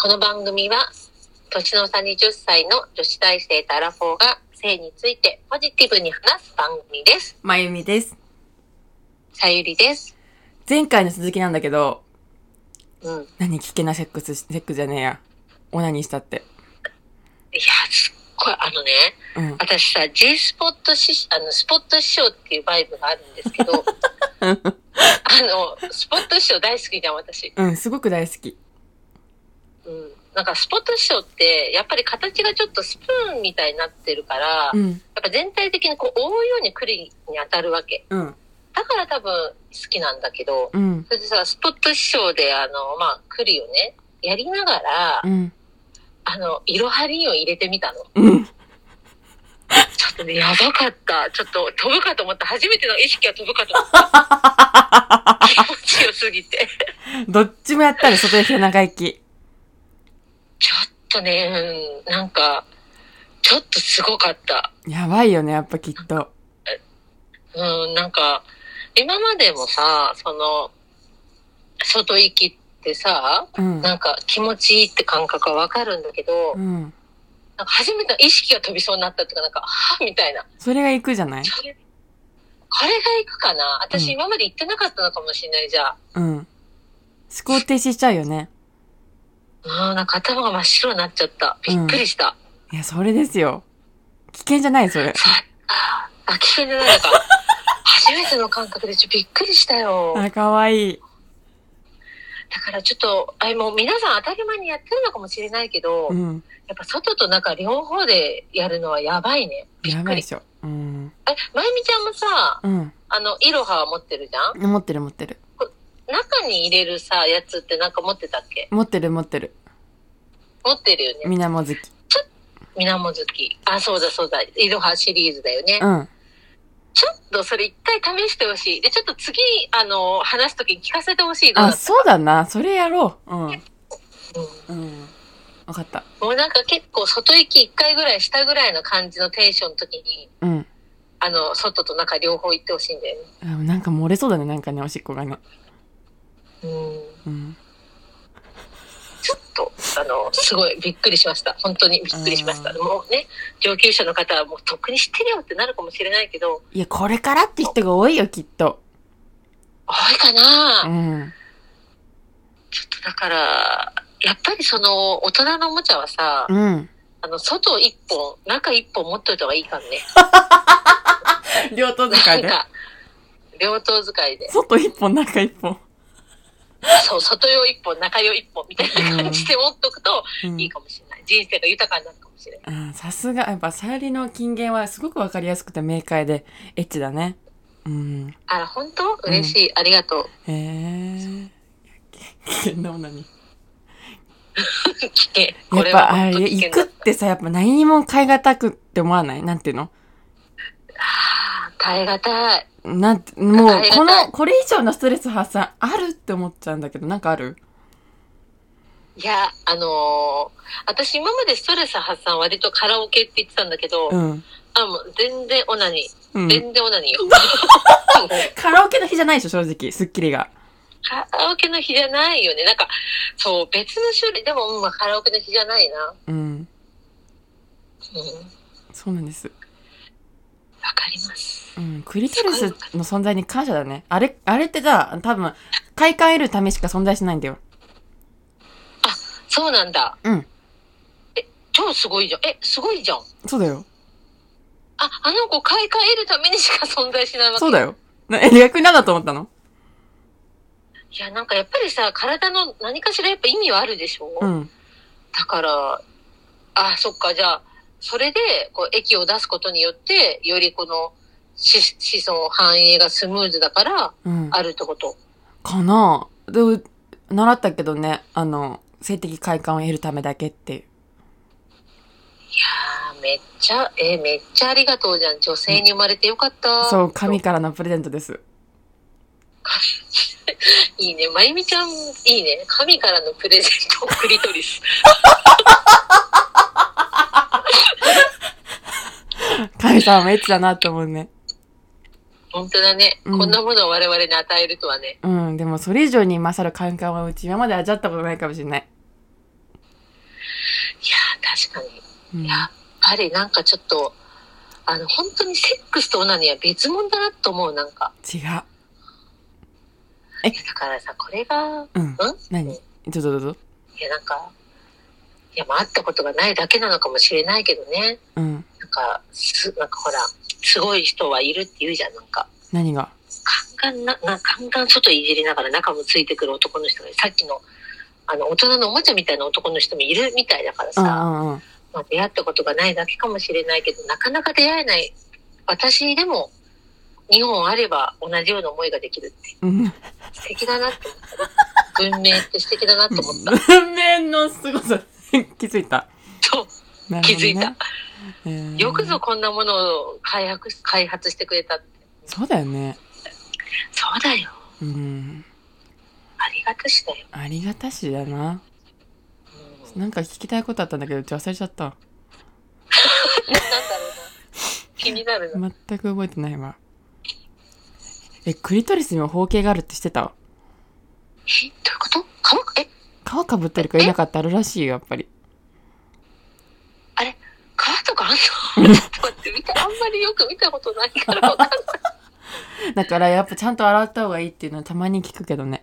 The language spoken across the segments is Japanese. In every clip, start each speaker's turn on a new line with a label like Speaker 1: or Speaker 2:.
Speaker 1: この番組は年の差20歳の女子大生とアラフォーが性についてポジティブに話す番組です。
Speaker 2: まゆみです。
Speaker 1: さゆりです。
Speaker 2: 前回の続きなんだけど、
Speaker 1: うん。いや、
Speaker 2: 何危険なセックスし、セックスじゃねえや。オナニーしたって。
Speaker 1: すっごい、あのね、
Speaker 2: うん。
Speaker 1: 私さ、G スポット師、あの、スポット師匠っていうバイブがあるんですけど、あの、スポット師匠大好きじゃん、私。
Speaker 2: うん、すごく大好き。
Speaker 1: うん。なんか、スポット師匠って、やっぱり形がちょっとスプーンみたいになってるから、
Speaker 2: う
Speaker 1: やっ
Speaker 2: ん、
Speaker 1: ぱ全体的にこう、覆うようにクリに当たるわけ。
Speaker 2: うん、
Speaker 1: だから多分、好きなんだけど、
Speaker 2: うん、
Speaker 1: それでさ、スポット師匠で、あの、まあ、来るをね、やりながら、
Speaker 2: うん、
Speaker 1: あの、いろはりんを入れてみたの。ちょ
Speaker 2: うん。
Speaker 1: っとね、やばかった。ちょっと飛ぶかと思った。初めての意識が飛ぶかと思 った。気持ちよすぎて。
Speaker 2: どっちもやったら外で背中行き。
Speaker 1: ちょっとね、うん、なんか、ちょっとすごかった。
Speaker 2: やばいよね、やっぱきっと。
Speaker 1: うん、なんか、今までもさ、その、外行きってさ、
Speaker 2: うん、
Speaker 1: なんか気持ちいいって感覚はわかるんだけど、
Speaker 2: うん。
Speaker 1: なんか初めての意識が飛びそうになったっていうか、なんか、はぁみたいな。
Speaker 2: それが行くじゃない
Speaker 1: これこれが行くかな
Speaker 2: うん
Speaker 1: 私今まで行ってなかったのかもしれない、じゃあ。
Speaker 2: うん。思考停止しちゃうよね。
Speaker 1: うん、なんか頭が真っ白になっちゃった。びっくりした。
Speaker 2: いや、それですよ。危険じゃない、それ。
Speaker 1: ああ、危険じゃないのか。 初めての感覚でちょっとびっくりしたよ。
Speaker 2: あ、かわいい。
Speaker 1: だからちょっと、あれもう皆さん当たり前にやってるのかもしれないけど、
Speaker 2: う
Speaker 1: や
Speaker 2: ん。
Speaker 1: っぱ外と中両方でやるのはやばいね。び
Speaker 2: や
Speaker 1: っ
Speaker 2: ば
Speaker 1: く
Speaker 2: いで
Speaker 1: り。
Speaker 2: しょ。うん。
Speaker 1: え、まゆみちゃんもさ、
Speaker 2: うん。
Speaker 1: あの、イロハは持ってるじゃん
Speaker 2: 持ってる持ってる。
Speaker 1: 中に入れるさ、やつってなんか持ってたっけ
Speaker 2: 持ってる持ってる。
Speaker 1: 持ってるよね。
Speaker 2: みなも好き。
Speaker 1: みなも好き。あ、そうだそうだ。いろはシリーズだよね。
Speaker 2: うん。
Speaker 1: ちょっとそれ一回試してほしい。で、ちょっと次、あの、話すときに聞かせてほしいどうだ
Speaker 2: あ、
Speaker 1: っ
Speaker 2: そうだな。それやろう。うん。
Speaker 1: たうん
Speaker 2: うん。わかった。
Speaker 1: もうなんか結構外行き一回ぐらいしたぐらいの感じのテンションの時に、
Speaker 2: うん。
Speaker 1: あの、外と中両方行ってほしいんだよね。
Speaker 2: うんなんか漏れそうだね。なんかね、おしっこがね。
Speaker 1: うん。
Speaker 2: うん。
Speaker 1: ちょっと、あの、すごいびっくりしました。本当にびっくりしました。
Speaker 2: う
Speaker 1: もうね、上級者の方はもうとっくに知ってるよってなるかもしれないけど、
Speaker 2: いや、これからって人が多いよ、きっと。
Speaker 1: 多いか
Speaker 2: う
Speaker 1: な、
Speaker 2: ん。
Speaker 1: ちょっとだから、やっぱりその、大人のおもちゃはさ、
Speaker 2: うん。
Speaker 1: あの、外一本、中一本持っといた方がいいからね。
Speaker 2: 両頭
Speaker 1: な
Speaker 2: 使い
Speaker 1: ん
Speaker 2: で。
Speaker 1: か、両頭使いで。
Speaker 2: 外一本、中一本。
Speaker 1: そう、外用一本、中用一本みたいな感じで持っとくと
Speaker 2: うん
Speaker 1: いいかもしれない。人生が豊かになるかもしれない。
Speaker 2: うん。さすが、やっぱ、さゆりの金言はすごくわかりやすくて明快で、エッチだね。うん。
Speaker 1: あ、本当嬉しい、ありがとう。
Speaker 2: へえー。危険な女に。
Speaker 1: 危険。
Speaker 2: や
Speaker 1: こ
Speaker 2: っ
Speaker 1: れ
Speaker 2: ぱ、
Speaker 1: は
Speaker 2: あ
Speaker 1: 本
Speaker 2: れ、
Speaker 1: 当危
Speaker 2: 行く
Speaker 1: 険
Speaker 2: っ
Speaker 1: だ。
Speaker 2: てさ、やっぱ何にも変えがたくって思わないなんていうの
Speaker 1: あー耐え難い。
Speaker 2: なんて、もう
Speaker 1: あり、が
Speaker 2: こ
Speaker 1: たい
Speaker 2: の、これ以上のストレス発散あるって思っちゃうんだけど、なんかある
Speaker 1: いや、あのー私今までストレス発散割とカラオケって言ってたんだけど、
Speaker 2: うん。
Speaker 1: あ、もう全然オナニ
Speaker 2: う
Speaker 1: ー。
Speaker 2: ん。
Speaker 1: 全然オナニーよ。
Speaker 2: カラオケの日じゃないでしょ、正直。スッキリが。
Speaker 1: カラオケの日じゃないよね。なんか、そう、別の種類、でも、うんまあ、カラオケの日じゃないな。
Speaker 2: うん。
Speaker 1: うん。わ
Speaker 2: そうなんです。
Speaker 1: かります。
Speaker 2: うん。クリトリスの存在に感謝だね。あれ、あれってさ、多分、買い替えるためしか存在しないんだよ。
Speaker 1: そうなんだ。
Speaker 2: うん。
Speaker 1: 超すごいじゃん。え、すごいじゃん。
Speaker 2: そうだよ。
Speaker 1: あ、あの子買い替えるためにしか存在しないわけ。
Speaker 2: そうだよ。なえ、逆になんだと思ったの
Speaker 1: いや、なんかやっぱりさ、体の何かしらやっぱ意味はあるでしょ、
Speaker 2: うん。
Speaker 1: だから、あ、そっか、じゃあ、それで、こう、液を出すことによって、よりこの、子子孫繁栄がスムーズだから、
Speaker 2: うん。
Speaker 1: あるってこと。
Speaker 2: かなで、う習ったけどね、あの、性的快感を得るためだけっていう。
Speaker 1: いやー、めっちゃ、えーめっちゃありがとうじゃん。女性に生まれてよかった。
Speaker 2: そう、神からのプレゼントです。
Speaker 1: いいね。まゆみちゃん、いいね。神からのプレゼント、クリトリス。
Speaker 2: 神様もエッチだなと思うね。
Speaker 1: 本当だね。
Speaker 2: うん
Speaker 1: こんなものを我々に与えるとはね。
Speaker 2: うん、でもそれ以上に勝る感覚はうち今まで味わったことないかもしれない。
Speaker 1: 確かに。
Speaker 2: うん
Speaker 1: やっぱりなんかちょっと、あの、本当にセックスとオナニーは別物だなと思う、なんか。
Speaker 2: 違う。
Speaker 1: だからさ、これが、
Speaker 2: うん。何どうぞどうぞ。
Speaker 1: いや、なんか、いや、まあ、会ったことがないだけなのかもしれないけどね。
Speaker 2: うん。
Speaker 1: なんか、す、なんかほら、すごい人はいるって言うじゃん、なんか。
Speaker 2: 何が
Speaker 1: ガンガンな、な、ガンガン外いじりながら中もついてくる男の人が、さっきの、あの、大人のおもちゃみたいな男の人もいるみたいだから
Speaker 2: う
Speaker 1: さ、
Speaker 2: んう
Speaker 1: ま
Speaker 2: んうん。
Speaker 1: あ、出会ったことがないだけかもしれないけど、なかなか出会えない。私でも、日本あれば同じような思いができるって、
Speaker 2: うん。
Speaker 1: 素敵だなって思った。文明って素敵だなって思った。
Speaker 2: 文 面の凄さ、気づいた。
Speaker 1: そう。
Speaker 2: なる
Speaker 1: 気
Speaker 2: ほどね
Speaker 1: づいた。
Speaker 2: えー
Speaker 1: よくぞ。こんなものを開発し開発してくれたって。
Speaker 2: そうだよね。
Speaker 1: そうだよ。
Speaker 2: うん。
Speaker 1: ありがたしだよ。
Speaker 2: ありがたしだな。
Speaker 1: うん
Speaker 2: なんか聞きたいことあったんだけど、ちょっと忘れちゃった。
Speaker 1: なんだろうな。気になるな。
Speaker 2: 全く覚えてないわ。え、クリトリスにも包茎があるって知ってた
Speaker 1: え、どういうことかわえ、
Speaker 2: 皮かぶってるかいなかったあるらしいよ、やっぱり。
Speaker 1: 皮とかあんのちょっと待って、見た、あんまりよく見たことないから わかんない。
Speaker 2: だからやっぱちゃんと洗った方がいいっていうのはたまに聞くけどね。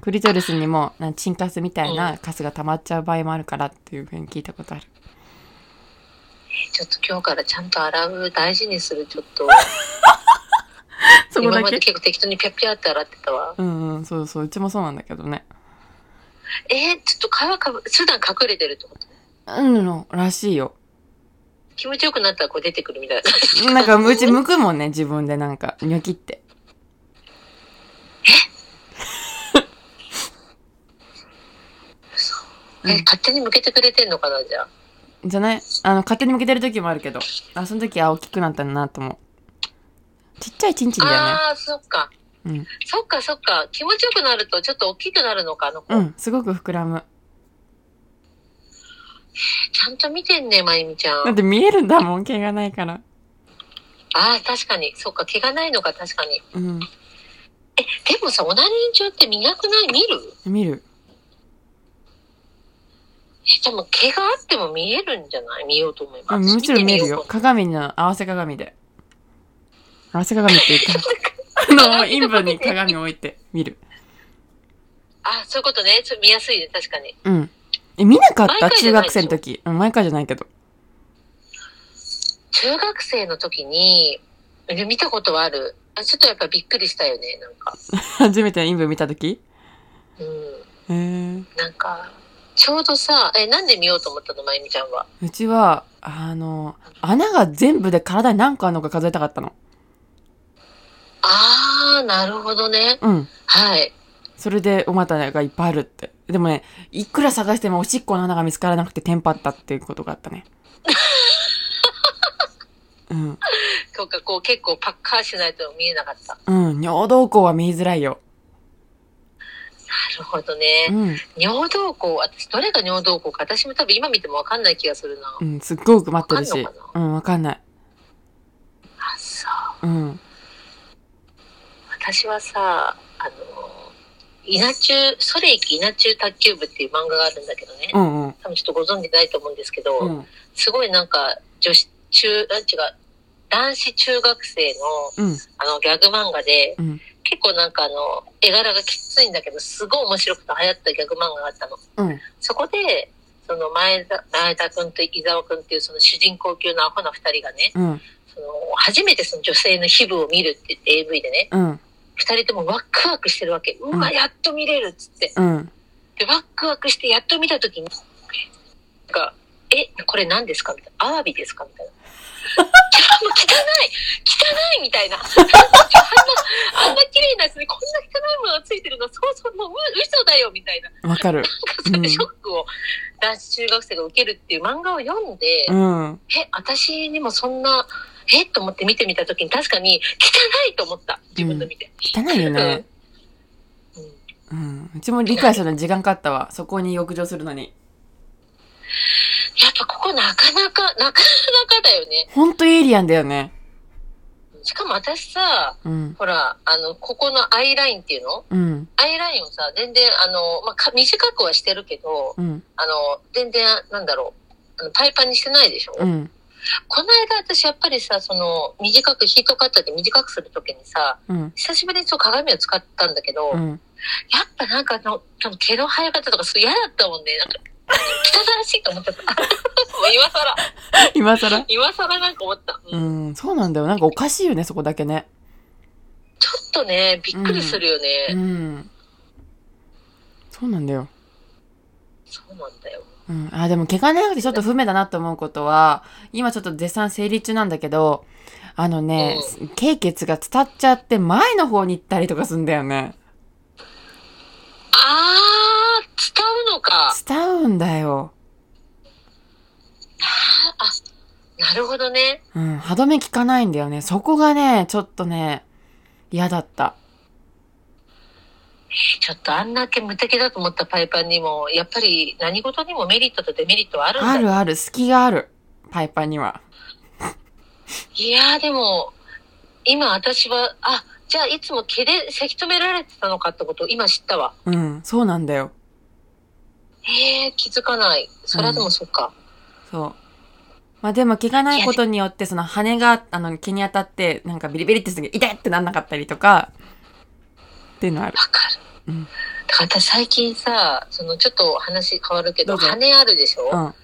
Speaker 2: クリトリスにも、なんチンカスみたいなカスが溜まっちゃう場合もあるからっていうふうに聞いたことある。
Speaker 1: えちょっと今日からちゃんと洗う、大事にする、ちょっと。
Speaker 2: そこ
Speaker 1: 今
Speaker 2: だ
Speaker 1: まで
Speaker 2: け
Speaker 1: 結構適当にピャッピャって洗ってたわ。
Speaker 2: うんうん、そうそう、うちもそうなんだけどね。
Speaker 1: えーちょっと皮かぶ、普段隠れてるってこと
Speaker 2: うんの、らしいよ。
Speaker 1: 気持ちよくなったらこう出てくるみたいな。
Speaker 2: なんか、うち剥くもんね、自分でなんか、ニョキって。うん
Speaker 1: え、勝手に向けてくれてんのかな、じゃあ。
Speaker 2: じゃないあの、勝手に向けてる時もあるけど。あ、その時は大きくなったなと思う。ちっちゃいチンチンだよね。
Speaker 1: ああー、そっか。
Speaker 2: うん。
Speaker 1: そっかそっか。気持ちよくなるとちょっと大きくなるのか、あの子。
Speaker 2: うん、すごく膨らむ。
Speaker 1: ちゃんと見てんね、まゆみちゃん。
Speaker 2: だって見えるんだもん、毛がないから。
Speaker 1: ああ、確かに。そっか、毛がないのか、確かに。
Speaker 2: うん。
Speaker 1: でもさ、オナニー中って見なくない見る
Speaker 2: 見る。
Speaker 1: え、でも毛があっても見えるんじゃない見ようと思いま
Speaker 2: あ
Speaker 1: す。
Speaker 2: もちろん見えるよ。
Speaker 1: て
Speaker 2: 鏡の合わせ鏡で。合わせ鏡って 言った。あの、もう陰部に鏡置いて見る。
Speaker 1: みようあ、そういうことね。それ見やすいね、確かに。
Speaker 2: うん。え、見なかった
Speaker 1: 毎回じ
Speaker 2: 中
Speaker 1: ゃない
Speaker 2: 学
Speaker 1: でしょ
Speaker 2: 生の時。うん、毎回じゃないけど。
Speaker 1: 中学生の時に、で見たことはある。あちょっとやっぱびっくりしたよね、なんか。
Speaker 2: 初めて陰部見た時
Speaker 1: うん。
Speaker 2: へえ。
Speaker 1: なんか、ちょうどさ、え、なんで見ようと思ったの、まゆみちゃんは。
Speaker 2: うちは、あの、穴が全部で体に何個あるのか数えたかったの。
Speaker 1: あー、なるほどね。
Speaker 2: うん。
Speaker 1: はい。
Speaker 2: それで、お股がいっぱいあるって。でもね、いくら探してもおしっこの穴が見つからなくてテンパったっていうことがあっ たね。うん。
Speaker 1: そうか、こう結構パッカーしないと見えなかった。な
Speaker 2: うん。尿道口は見えづらいよ。
Speaker 1: るほど
Speaker 2: う
Speaker 1: ね。
Speaker 2: ん。
Speaker 1: 尿道口、私、どれが尿道口か、私も多分今見てもわかんない気がするな。
Speaker 2: うん、すっごく待ってるし
Speaker 1: わかんの。
Speaker 2: うん、わかんない。
Speaker 1: あ、そう。
Speaker 2: うん。
Speaker 1: 私はさ、あの、稲中、ソレイキ稲中卓球部っていう漫画があるんだけどね
Speaker 2: う。んうん。
Speaker 1: 多分ちょっとご存知ないと思うんですけど、
Speaker 2: うん。
Speaker 1: すごいなんか、女子中、あ違う、男子中学生の、
Speaker 2: うん。
Speaker 1: あの、ギャグ漫画で、
Speaker 2: うん
Speaker 1: 結構なんかあの、絵柄がきついんだけど、すごい面白くて流行ったギャグ漫画があったの。
Speaker 2: うん。
Speaker 1: そこで、その前田、前田くんと伊沢くんっていうその主人公級のアホな二人がね、
Speaker 2: うん。
Speaker 1: その、初めてその女性の皮膚を見るって言って AV でね、
Speaker 2: うん。
Speaker 1: 二人ともワクワクしてるわけ。うわ、
Speaker 2: うん
Speaker 1: やっと見れるっつって。
Speaker 2: うん。
Speaker 1: で、ワクワクしてやっと見たときに、なんか、え、これ何ですかみたいな。アワビですかみたいな。もう汚い汚いみたいな。あんな、あんな綺麗なやつにこんな汚いものがついてるの、そうそう、もうう嘘だよみたいな。なん
Speaker 2: わかる。
Speaker 1: かそれでショックを男子中学生が受けるっていう漫画を読んで、
Speaker 2: うん。
Speaker 1: え、私にもそんな、えと思って見てみたときに確かに汚いと思った。自分の見て。
Speaker 2: 汚いよね。
Speaker 1: うんうん
Speaker 2: うん。うちも理解するのに時間かかったわ。そこに浴場するのに。
Speaker 1: やっぱここなかなか、 なかなかだよね。
Speaker 2: ほんとエイリアンだよね。
Speaker 1: しかも私さ、
Speaker 2: うん。
Speaker 1: ほら、あの、ここのアイラインっていうの
Speaker 2: うん。
Speaker 1: アイラインをさ、全然、あの、まあか、短くはしてるけど、
Speaker 2: うん。
Speaker 1: あの、全然、なんだろう。あのパイパンにしてないでしょ、
Speaker 2: うん、
Speaker 1: この間私やっぱりさ、その、短く、ヒートカットで短くするときにさ、
Speaker 2: うん、
Speaker 1: 久しぶりにちょっと鏡を使ったんだけど、
Speaker 2: う
Speaker 1: やっ
Speaker 2: ん。
Speaker 1: ぱなんかあの、多分毛の生え方とかすごい嫌だったもんね。なんか、汚らしいと思っちゃ った。もう今更、
Speaker 2: 今更
Speaker 1: 今更なんか思った。う
Speaker 2: うんん、そうなんだよ。なんかおかしいよね、そこだけね。
Speaker 1: ちょっとね、びっくりするよね。
Speaker 2: うん。そうなんだよ。
Speaker 1: そうなんだよ。
Speaker 2: うん、あ、でも毛がなくてちょっと不明だなと思うことは、今ちょっと絶賛生理中なんだけど、あのね、経血が伝っちゃって前の方に行ったりとかすんだよね。
Speaker 1: あー、伝うのか。
Speaker 2: 伝うんだよ。
Speaker 1: ああ、なるほどね。
Speaker 2: うん、歯止め効かないんだよね。そこがね、ちょっとね、嫌だった。
Speaker 1: ちょっとあんだけ無敵だと思ったパイパンにも、やっぱり何事にもメリットとデメリットはあるんだ
Speaker 2: あるある、隙がある。パイパンには。
Speaker 1: いやーでも、今私は、あ、じゃあいつも毛でせき止められてたのかってことを今知ったわ。
Speaker 2: うん、そうなんだよ。
Speaker 1: へえ、気づかない。それはでもそっか。
Speaker 2: そう。まあでも毛がないことによって、その羽が、あの、毛に当たって、なんかビリビリってするけど、痛いってなんなかったりとか、っていうのある。
Speaker 1: わ、かる。
Speaker 2: うん
Speaker 1: だから私最近さ、そのちょっと話変わるけど、
Speaker 2: どうぞ
Speaker 1: 羽あるでし
Speaker 2: う
Speaker 1: ょ、
Speaker 2: ん、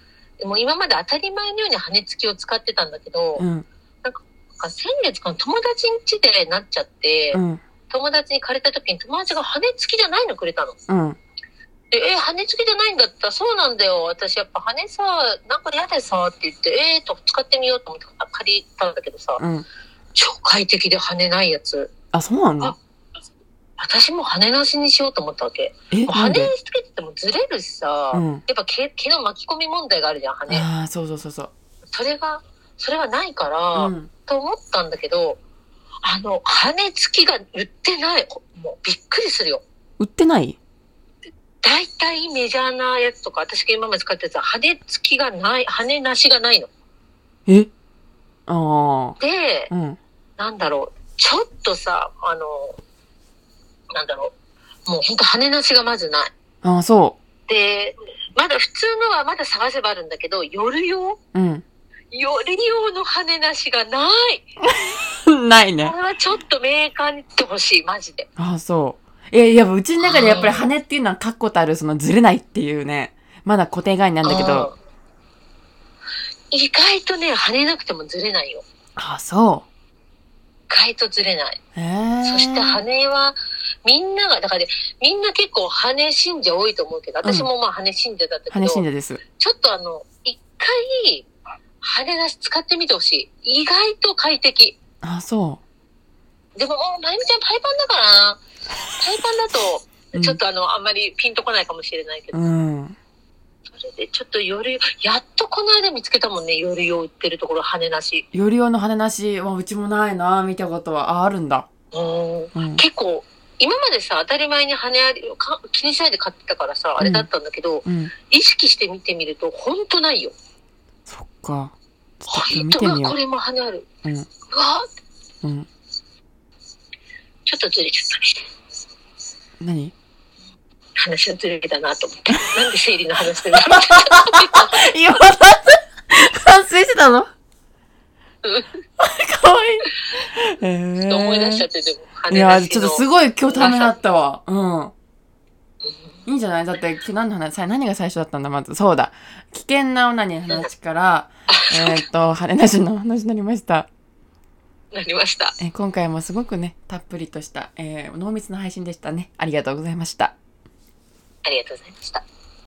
Speaker 1: もう今まで当たり前のように羽付きを使ってたんだけど、
Speaker 2: うん、
Speaker 1: なんか先月かな友達ん家でなっちゃって、
Speaker 2: うん、
Speaker 1: 友達に借りた時に友達が羽付きじゃないのくれたの。
Speaker 2: うん、
Speaker 1: で、えー、羽付きじゃないんだったら、そうなんだよ。私やっぱ羽さ、なんか嫌でさ、って言って、えーと、使ってみようと思って借りたんだけどさ、
Speaker 2: うん。
Speaker 1: 超快適で羽ないやつ。
Speaker 2: あ、そうなの
Speaker 1: あ私も羽なしにしようと思ったわけ。
Speaker 2: え、
Speaker 1: もう
Speaker 2: な
Speaker 1: 羽
Speaker 2: ん
Speaker 1: 付
Speaker 2: で
Speaker 1: けててもずれるしさ、
Speaker 2: う
Speaker 1: や
Speaker 2: ん。
Speaker 1: っぱ毛毛の巻き込み問題があるじゃん、羽。
Speaker 2: ああ、そうそうそうそう。
Speaker 1: それが、それがないから、
Speaker 2: うん。
Speaker 1: と思ったんだけど、あの、羽付きが売ってない。もうびっくりするよ。
Speaker 2: 売ってない
Speaker 1: 大体メジャーなやつとか、私が今まで使ってたやつは、羽付きがない、羽なしがないの。
Speaker 2: えあ
Speaker 1: で
Speaker 2: あ、、うん。
Speaker 1: なんだろう、ちょっとさ、あの、なんだろう、もうほんと羽なしがまずない。
Speaker 2: ああ、そ
Speaker 1: で、まだ普通のはまだ探せばあるんだけど、夜用
Speaker 2: う。 うん。
Speaker 1: 夜用の羽なしがない。
Speaker 2: ないね
Speaker 1: こ。れはちょっとメーカーに行ってほしい、マジで。
Speaker 2: ああ、そう。え、いや、うちの中でやっぱり羽っていうのは確固たる、そのずれないっていうね、まだ固定概念なんだけど。
Speaker 1: うん。意外とね、羽なくてもずれないよ。
Speaker 2: ああ、そ
Speaker 1: 意外とずれない。
Speaker 2: う。へえ。
Speaker 1: そして羽は、みんなが、だからね、みんな結構羽信者多いと思うけど、私もまあ羽信者だったけ
Speaker 2: 羽
Speaker 1: ど、
Speaker 2: 信者です。
Speaker 1: ちょっとあの、一回、羽なし使ってみてほしい。意外と快適。
Speaker 2: ああ、そ
Speaker 1: でももう、まゆみちゃんパイパンだからな。パイパンだ
Speaker 2: う
Speaker 1: と、
Speaker 2: ん
Speaker 1: ちょっとあの、あんまりピンとこないかもしれないけ
Speaker 2: う。
Speaker 1: ど、
Speaker 2: うん。
Speaker 1: それでちょっと夜、やっとこの間見つけたもんね、夜用売ってるところ、羽なし。
Speaker 2: より用の羽なしはうちもないな、見たことは。ああ、あるんだ。
Speaker 1: うん
Speaker 2: うん。
Speaker 1: 結構、今までさ、当たり前に羽ありか気にしないで買ってたからさ、あれだったんだけど、
Speaker 2: うん。
Speaker 1: 意識して見てみると、ほんとないよ。
Speaker 2: そっか。ち
Speaker 1: ほ
Speaker 2: ょっと
Speaker 1: ん
Speaker 2: 見
Speaker 1: と、
Speaker 2: てみ
Speaker 1: うわ、
Speaker 2: よ
Speaker 1: これも羽ある。
Speaker 2: う。うん。
Speaker 1: うわ、
Speaker 2: うん。
Speaker 1: ちょっとずれちゃったね。
Speaker 2: 何
Speaker 1: 話のずれだなと思 って。なんで生理の 話になるんだ
Speaker 2: 今だって、完成してたのかわいい。え
Speaker 1: ちょっ
Speaker 2: ー
Speaker 1: と思い出しちゃって、でも、羽
Speaker 2: い
Speaker 1: な
Speaker 2: や、
Speaker 1: しの
Speaker 2: ちょっとすごい今日ためだったわ。うん。いいんじゃないだって、今日何の話、さ何が最初だったんだ、まず。そうだ。危険なオナニーの話 から、えーっと、羽なしの話になりました。
Speaker 1: なりました。
Speaker 2: えー今回もすごくね、たっぷりとした、えー濃密な配信でしたね。ありがとうございました。
Speaker 1: ありがとうございました。